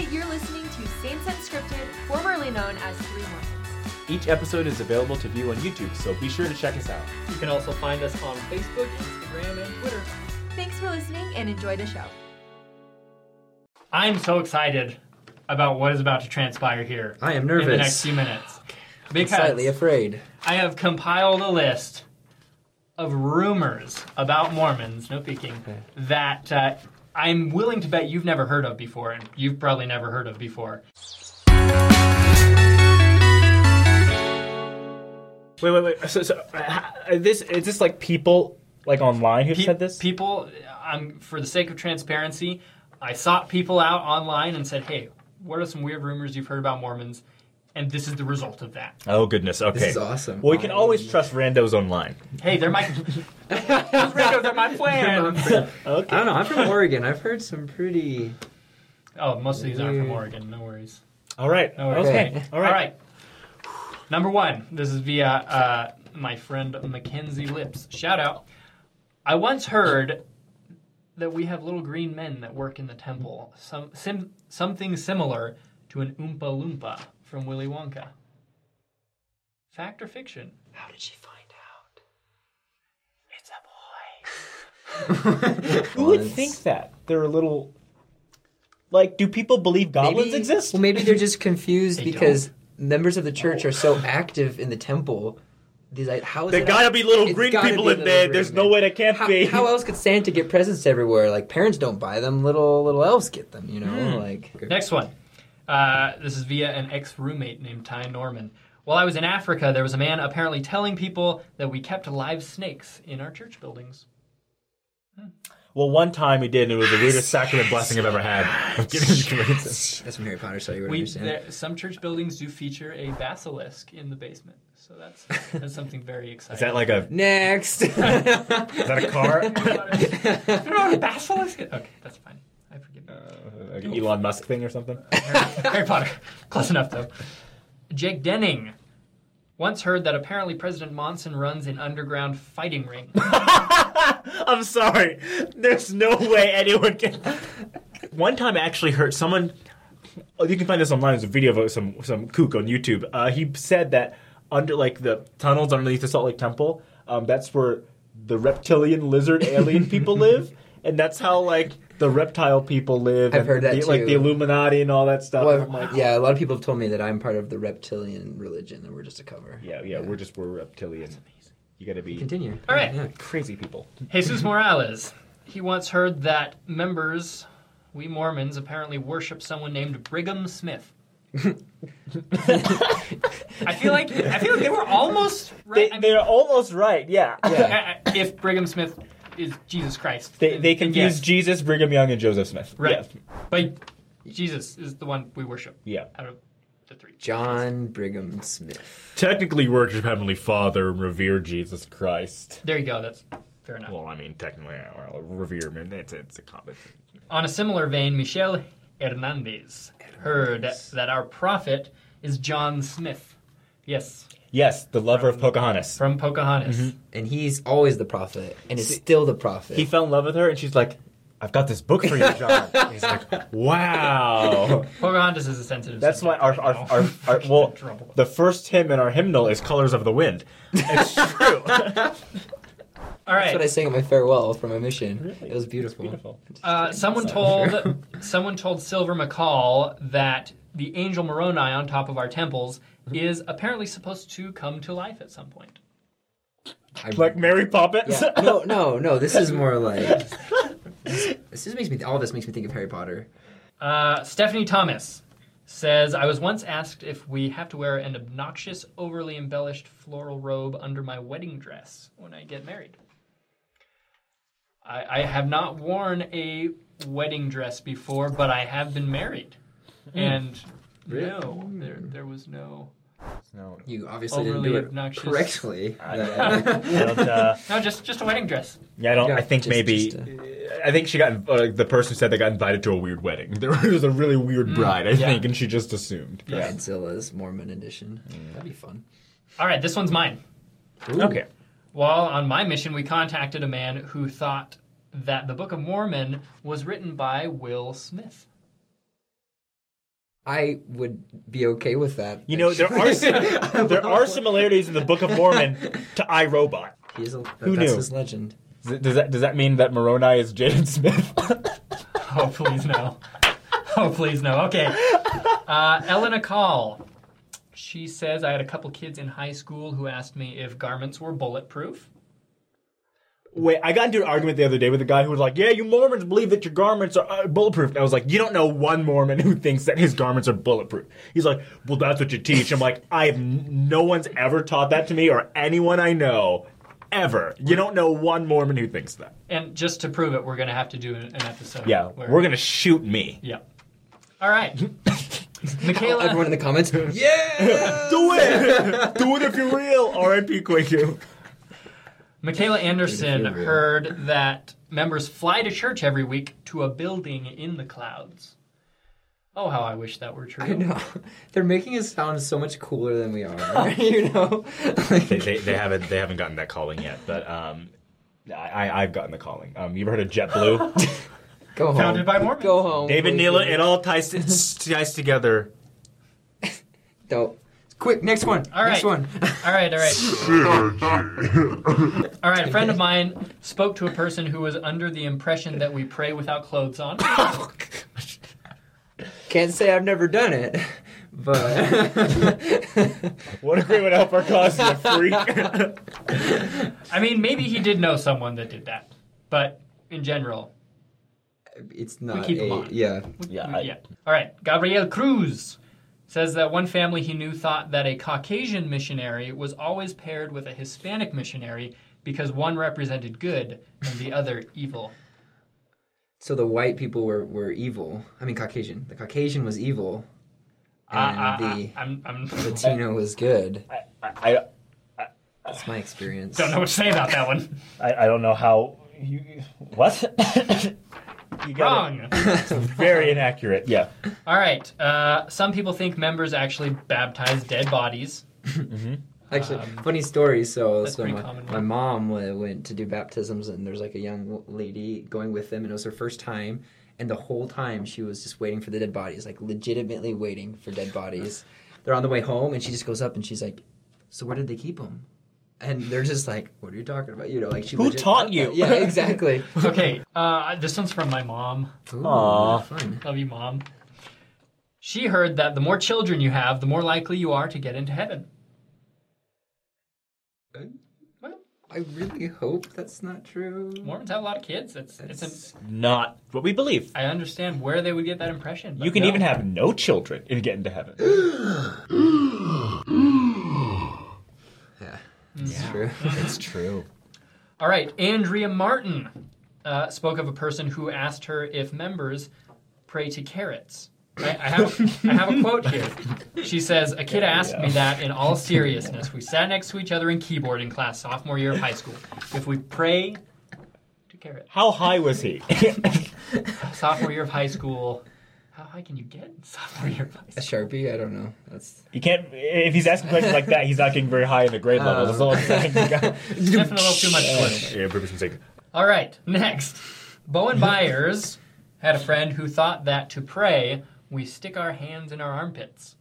listening to Saints Unscripted, formerly known as Three Mormons. Each episode is available to view on YouTube, so be sure to check us out. You can also find us on Facebook, Instagram, and Twitter. Thanks for listening and enjoy the show. I'm so excited about what is about to transpire here I am in the nervous. next few minutes. Slightly Because afraid. I have compiled a list of rumors about Mormons, no peeking, that uh, I'm willing to bet you've never heard of before, and you've probably never heard of before. Wait, wait, wait. So, so this is this like people like online who Pe- People, I'm for the sake of transparency, I sought people out online and said, "Hey, what are some weird rumors you've heard about Mormons?" And this is the result of that. Oh goodness. Okay. This is awesome. Well, we can always trust randos online. Hey, they're my Rico, they're my plans. I don't know. I'm from Oregon. I've heard some pretty. oh, most of these aren't from Oregon. No worries. All right. No worries. Okay. All right. All right. Number one. This is via uh, my friend Mackenzie Lips. Shout out. I once heard that we have little green men that work in the temple. Some sim, something similar to an Oompa Loompa from Willy Wonka. Fact or fiction? How did she find out? It's a boy. Who would think that there are little? Like, do people believe goblins exist? Well, maybe they're just confused They Oh. because members of the church are so active in the temple. These like, how is There it- gotta be little It's green gotta people be in little there. green There's men. no way they can't How, be. how else could Santa get presents everywhere? Like parents don't buy them. Little little elves get them. You know, Hmm. like Next one. Uh, this is via an ex roommate named Ty Norman. While I was in Africa, there was a man apparently telling people that we kept live snakes in our church buildings. Well, one time he did, and it was the weirdest sacrament blessing I've ever had. I'm kidding. that's from Harry Potter, so you would We, understand. there, some church buildings do feature a basilisk in the basement, so that's that's something very exciting. Is that like a Next, is that a car? a basilisk? Okay, that's fine. I forgive you. Like an Elon Musk thing or something? Harry Potter. Close enough though. Jake Denning once heard that apparently President Monson runs an underground fighting ring. I'm sorry. There's no way anyone can. One time, I actually heard someone. Oh, you can find this online. There's a video of uh, some some kook on YouTube. Uh, he said that under like the tunnels underneath the Salt Lake Temple, um, that's where the reptilian lizard alien people live, and that's how like the reptile people live. I've and heard that the, Like too. the Illuminati and all that stuff. Well, I'm like, yeah, a lot of people have told me that I'm part of the reptilian religion. That we're just a cover. yeah, yeah, We're just we're reptilian. You gotta be Continue. All right. Yeah. crazy people. Jesus Morales. He once heard that members, we Mormons, apparently worship someone named Brigham Smith. I feel like I feel like they were almost right. They, I mean, they're almost right. Yeah. Yeah. I- I- if Brigham Smith is Jesus Christ, They, then- they then confuse yes. Jesus, Brigham Young, and Joseph Smith. right, but Jesus is the one we worship Yeah. out of the three. John Brigham Smith. Technically, worship Heavenly Father and revere Jesus Christ. There you go. That's fair enough. Well, I mean, technically, well, revere, man, it's, it's a common On a similar vein, Michel Hernandez heard that our prophet is John Smith. Yes, Yes, the lover of Pocahontas. from Pocahontas. Mm-hmm. And he's always the prophet, and is still the prophet. He fell in love with her, and she's like, I've got this book for you, John. And he's like, wow. Pocahontas is a sensitive. That's why subject our, right our, now. our, our, well, Trouble. the first hymn in our hymnal is Colors of the Wind. It's true. All That's right. what I sang at my farewell for my mission. It was beautiful. uh, someone told someone told Silver McCall that the angel Moroni on top of our temples Mm-hmm. is apparently supposed to come to life at some point. I- Like Mary Poppins. yeah. No, no, no. This is more like. This just makes me. All this makes me think of Harry Potter. Uh, Stephanie Thomas says, "I was once asked if we have to wear an obnoxious, overly embellished floral robe under my wedding dress when I get married." I, I have not worn a wedding dress before, but I have been married, and no, there there was no. No, You obviously Overly didn't do it obnoxious. correctly. I- Yeah. I don't, uh, No, just just a wedding dress. Yeah, uh, I don't. Yeah, I think just- maybe. just, I think she got uh, the person who said they got invited to a weird wedding. There was a really weird bride, I yeah. think, and she just assumed. Yes. Godzilla's Mormon edition. That'd be fun. All right, this one's mine. Mm. Okay. While on my mission, we contacted a man who thought that the Book of Mormon was written by Will Smith. I would be okay with that. You know, there are sim- there are similarities in the Book of Mormon to iRobot. He is a, Who that's knew? his legend. Does- Does that does that mean that Moroni is Jaden Smith? Oh, please no. Oh, please no. Okay. Uh, Elena Call. She says, I had a couple kids in high school who asked me if garments were bulletproof. Wait, I got into an argument the other day with a guy who was like, "Yeah, you Mormons believe that your garments are uh, bulletproof." And I was like, "You don't know one Mormon who thinks that his garments are bulletproof." He's like, "Well, that's what you teach." I'm like, "I have n- no one's ever taught that to me or anyone I know ever. You don't know one Mormon who thinks that." And just to prove it, we're going to have to do an an episode. Yeah, where- we're gonna shoot me. Yeah. All right. Michaela. Oh, Everyone in the comments, yeah! Do it, do it if you're real. R.I.P. Quaku. Michaela Anderson Dude, if you're real. heard that members fly to church every week to a building in the clouds. Oh, how I wish that were true. I know. They're making us sound so much cooler than we are. you know? Like, They, they, they haven't they haven't gotten that calling yet, but um, I, I I've gotten the calling. Um, you ever heard of JetBlue? go home. Founded by Mormons. Go home. David please, Nealon, David. it all ties ties together. Dope. Quick, next one. All right. Next one. All right, all right. all right, a friend of mine spoke to a person who was under the impression that we pray without clothes on. Can't say I've never done it, but. What if we would help our cause is a freak? I mean, maybe he did know someone that did that, but in general, it's not. keep 'em a- on. Yeah. yeah, yeah. All right, Gabriel Cruz says that one family he knew thought that a Caucasian missionary was always paired with a Hispanic missionary because one represented good and the other evil. So the white people were, were evil. I mean, Caucasian. The Caucasian was evil, Uh, uh, and uh, the I'm, I'm, Latino was good. I, I, That's my experience. don't know what to say about that one. I, I don't know how you what you got it. Wrong. Very inaccurate. Yeah. All right. Uh, some people think members actually baptize dead bodies. Actually, funny story. So, that's so pretty my, common. my mom w- went to do baptisms, and there's like a young w- lady going with them, and it was her first time. And the whole time she was just waiting for the dead bodies, like legitimately waiting for dead bodies. They're on the way home, and she just goes up and she's like, "So where did they keep them?" And they're just like, "What are you talking about?" You know, like she. Who taught you? Yeah, exactly. Okay. Uh, this one's from my mom. Ooh, Aw. fun. Love you, mom. She heard that the more children you have, the more likely you are to get into heaven. I really hope that's not true. Mormons have a lot of kids. It's, it's That's- an, Not what we believe. I understand where they would get that impression. but You can no. even have no children and get into heaven. Yeah, it's true. It's true. All right. Andrea Martin uh, spoke of a person who asked her if members pray to carrots. I, I, have, I have a quote here. She says, A kid asked me that in all seriousness. We sat next to each other in keyboard in class sophomore year of high school. If we pray to carrots. How high was he? Sophomore year of high school. How high can you get in sophomore year of high A school? sharpie? I don't know. That's you can't. If he's asking questions like that, he's not getting very high in the grade level. That's all I'm saying. Um, Definitely a little too much glue. yeah, purpose mistake. All right, next. Bowen Byers had a friend who thought that to pray, we stick our hands in our armpits.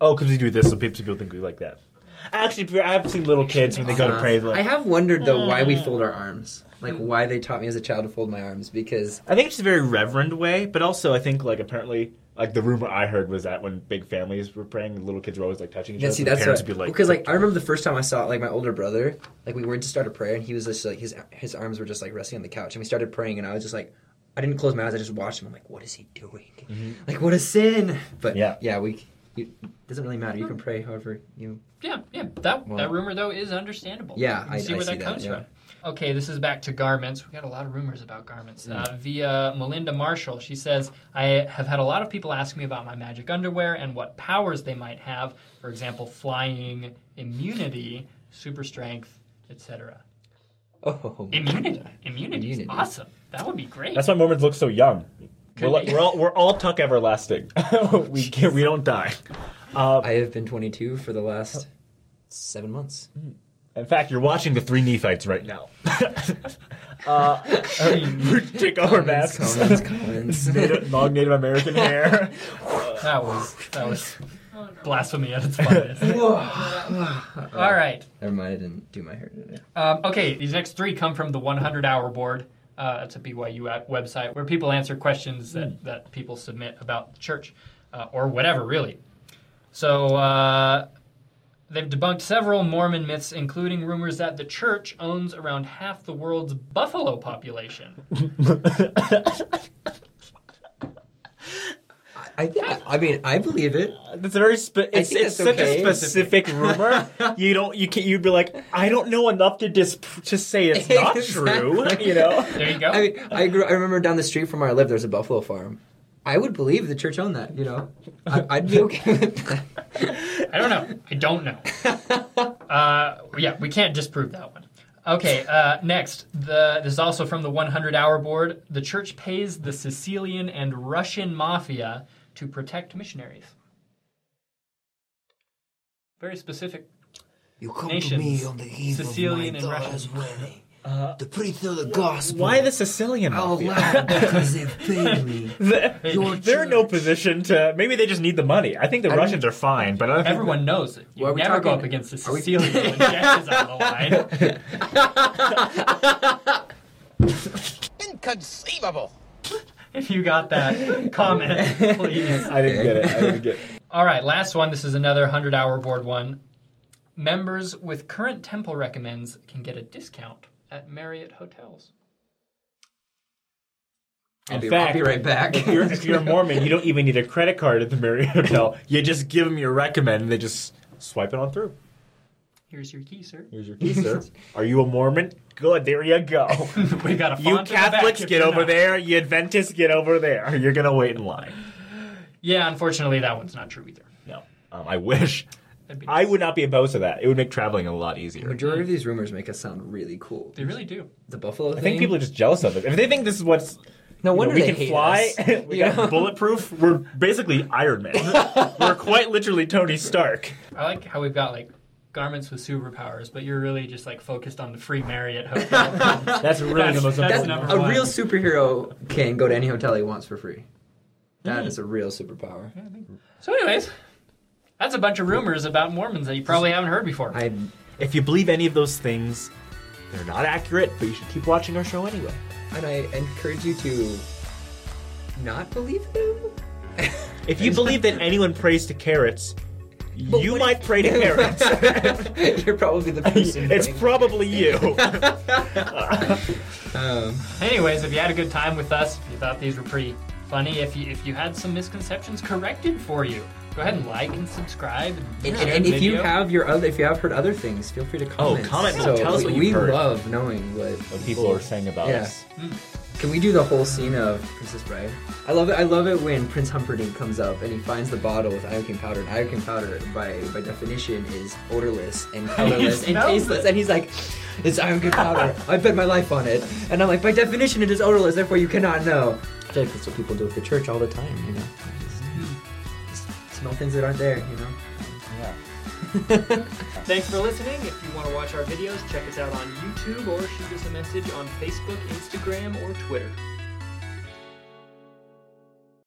Oh, because we do this, so people think we like that. Actually, I've seen little kids when they go to pray. Like, I have wondered though why we fold our arms. Like why they taught me as a child to fold my arms because I think it's a very reverend way, but also I think like apparently like the rumor I heard was that when big families were praying, little kids were always like touching each yeah, other. see so the that's parents what, would be like because like I remember the first time I saw it, like my older brother like we were to start a prayer and he was just like his his arms were just like resting on the couch and we started praying and I was just like I didn't close my eyes I just watched him I'm like what is he doing like what a sin but Mm-hmm. Yeah. yeah yeah we you, it doesn't really matter you can pray however you Yeah, yeah. That Well- that rumor though is understandable. Yeah, you can I- see I where see that that, comes yeah. from. Okay, this is back to garments. We got a lot of rumors about garments. Mm. Uh, via Melinda Marshall, she says, "I have had a lot of people ask me about my magic underwear and what powers they might have. For example, flying, immunity, super strength, etc." oh Immunity, immunity, is Immunity. awesome. That would be great. that's why Mormons look so young. Could We're, like, be. we're all we're all tuck everlasting. we can, we don't die. Uh, I have been 22 for the last seven months in fact, you're watching the three Nephites right now. uh, we take off our masks. comments comments Native- long Native American hair. Uh, That was that was blasphemy at its finest. All right. Never mind, I didn't do my hair today. Um, okay, these next three come from the 100 Hour Board. Uh, that's a BYU at- website where people answer questions that, Hmm. that people submit about the church uh, or whatever, really. So uh, they've debunked several Mormon myths, including rumors that the church owns around half the world's buffalo population. I think, I mean, I believe it. That's a very spe- it's, think it's that's such okay. a specific rumor. you don't you can you'd be like I don't know enough to dis to say it's not true. Exactly. You know. There you go. I mean, I grew. I remember down the street from where I lived, there's a buffalo farm. I would believe the church owned that. You know, I, I'd be okay with that. I don't know. I don't know. Uh, yeah, we can't disprove that one. Okay, uh, next. The, this is also from the 100 Hour Board. The church pays the Sicilian and Russian mafia to protect missionaries. Very specific. You come Nations. to me on the eve Sicilian of and my Russian. daughter's wedding. to preach of the gospel. Uh, Why the Sicilian Oh, I'll mafia? lie because they've paid me. Your They're in no church. position to. Maybe they just need the money. I think the Russians are fine, but I think Everyone knows that you Well, are we never go talking- up against the are we- Sicilian when Jack is on the line. Inconceivable! If you got that comment, please. I didn't get it. I didn't get. It. All right, last one. This is another 100 hour board one. Members with current temple recommends can get a discount at Marriott hotels. I'll In be, fact, I'll be right back. If you're, if you're a Mormon, you don't even need a credit card at the Marriott Hotel. You just give them your recommend, and they just swipe it on through. Here's your key, sir. Here's your key, sir. Are you a Mormon? Good, there you go. we got a font in you the back Catholics if get you're over not. there. You Adventists get over there. You're gonna wait in line. Yeah, unfortunately, that one's not true either. No, um, I wish. That'd be I nice. would not be opposed to that. It would make traveling a lot the easier. majority of these rumors make us sound really cool. They really do. The buffalo. I think people are just jealous of it. If they think this is what's No you know, wonder we they can hate fly, us. we Yeah. got bulletproof. We're basically Iron Man. We're quite literally Tony Stark. I like how we've got like garments with superpowers, but you're really just like focused on the free Marriott hotel. That's really That's- the most that's important. number one. A Why? real superhero can go to any hotel he wants for free. Mm. That is a real superpower. so, anyways, that's a bunch of rumors about Mormons that you probably haven't heard before. I If you believe any of those things, they're not accurate, but you should keep watching our show anyway. and I encourage you to not believe them. If you believe that anyone prays to carrots, you what might pray to carrots. You're probably the person. it's praying. probably you. um, Anyways, if you had a good time with us, if you thought these were pretty funny, if you if you had some misconceptions corrected for you, go ahead and like and subscribe. And, And, share and, and the if you video. have your other, if you have heard other things, feel free to comment. Oh, comment and So tell us we, what you've we heard. love knowing what. people are saying about Yeah. us. Can we do the whole scene of Princess Bride? I love it. I love it when Prince Humperdinck comes up and he finds the bottle with iocane powder. And iocane powder, by by definition, is odorless and colorless and smells tasteless. it. And he's like, "It's iocane powder. I bet my life on it." And I'm like, "By definition, it is odorless. Therefore, you cannot know." It's like, That's what people do at the church all the time, you know. Just, just smell things that aren't there, you know. Thanks for listening. If you want to watch our videos, check us out on YouTube or shoot us a message on Facebook, Instagram, or Twitter.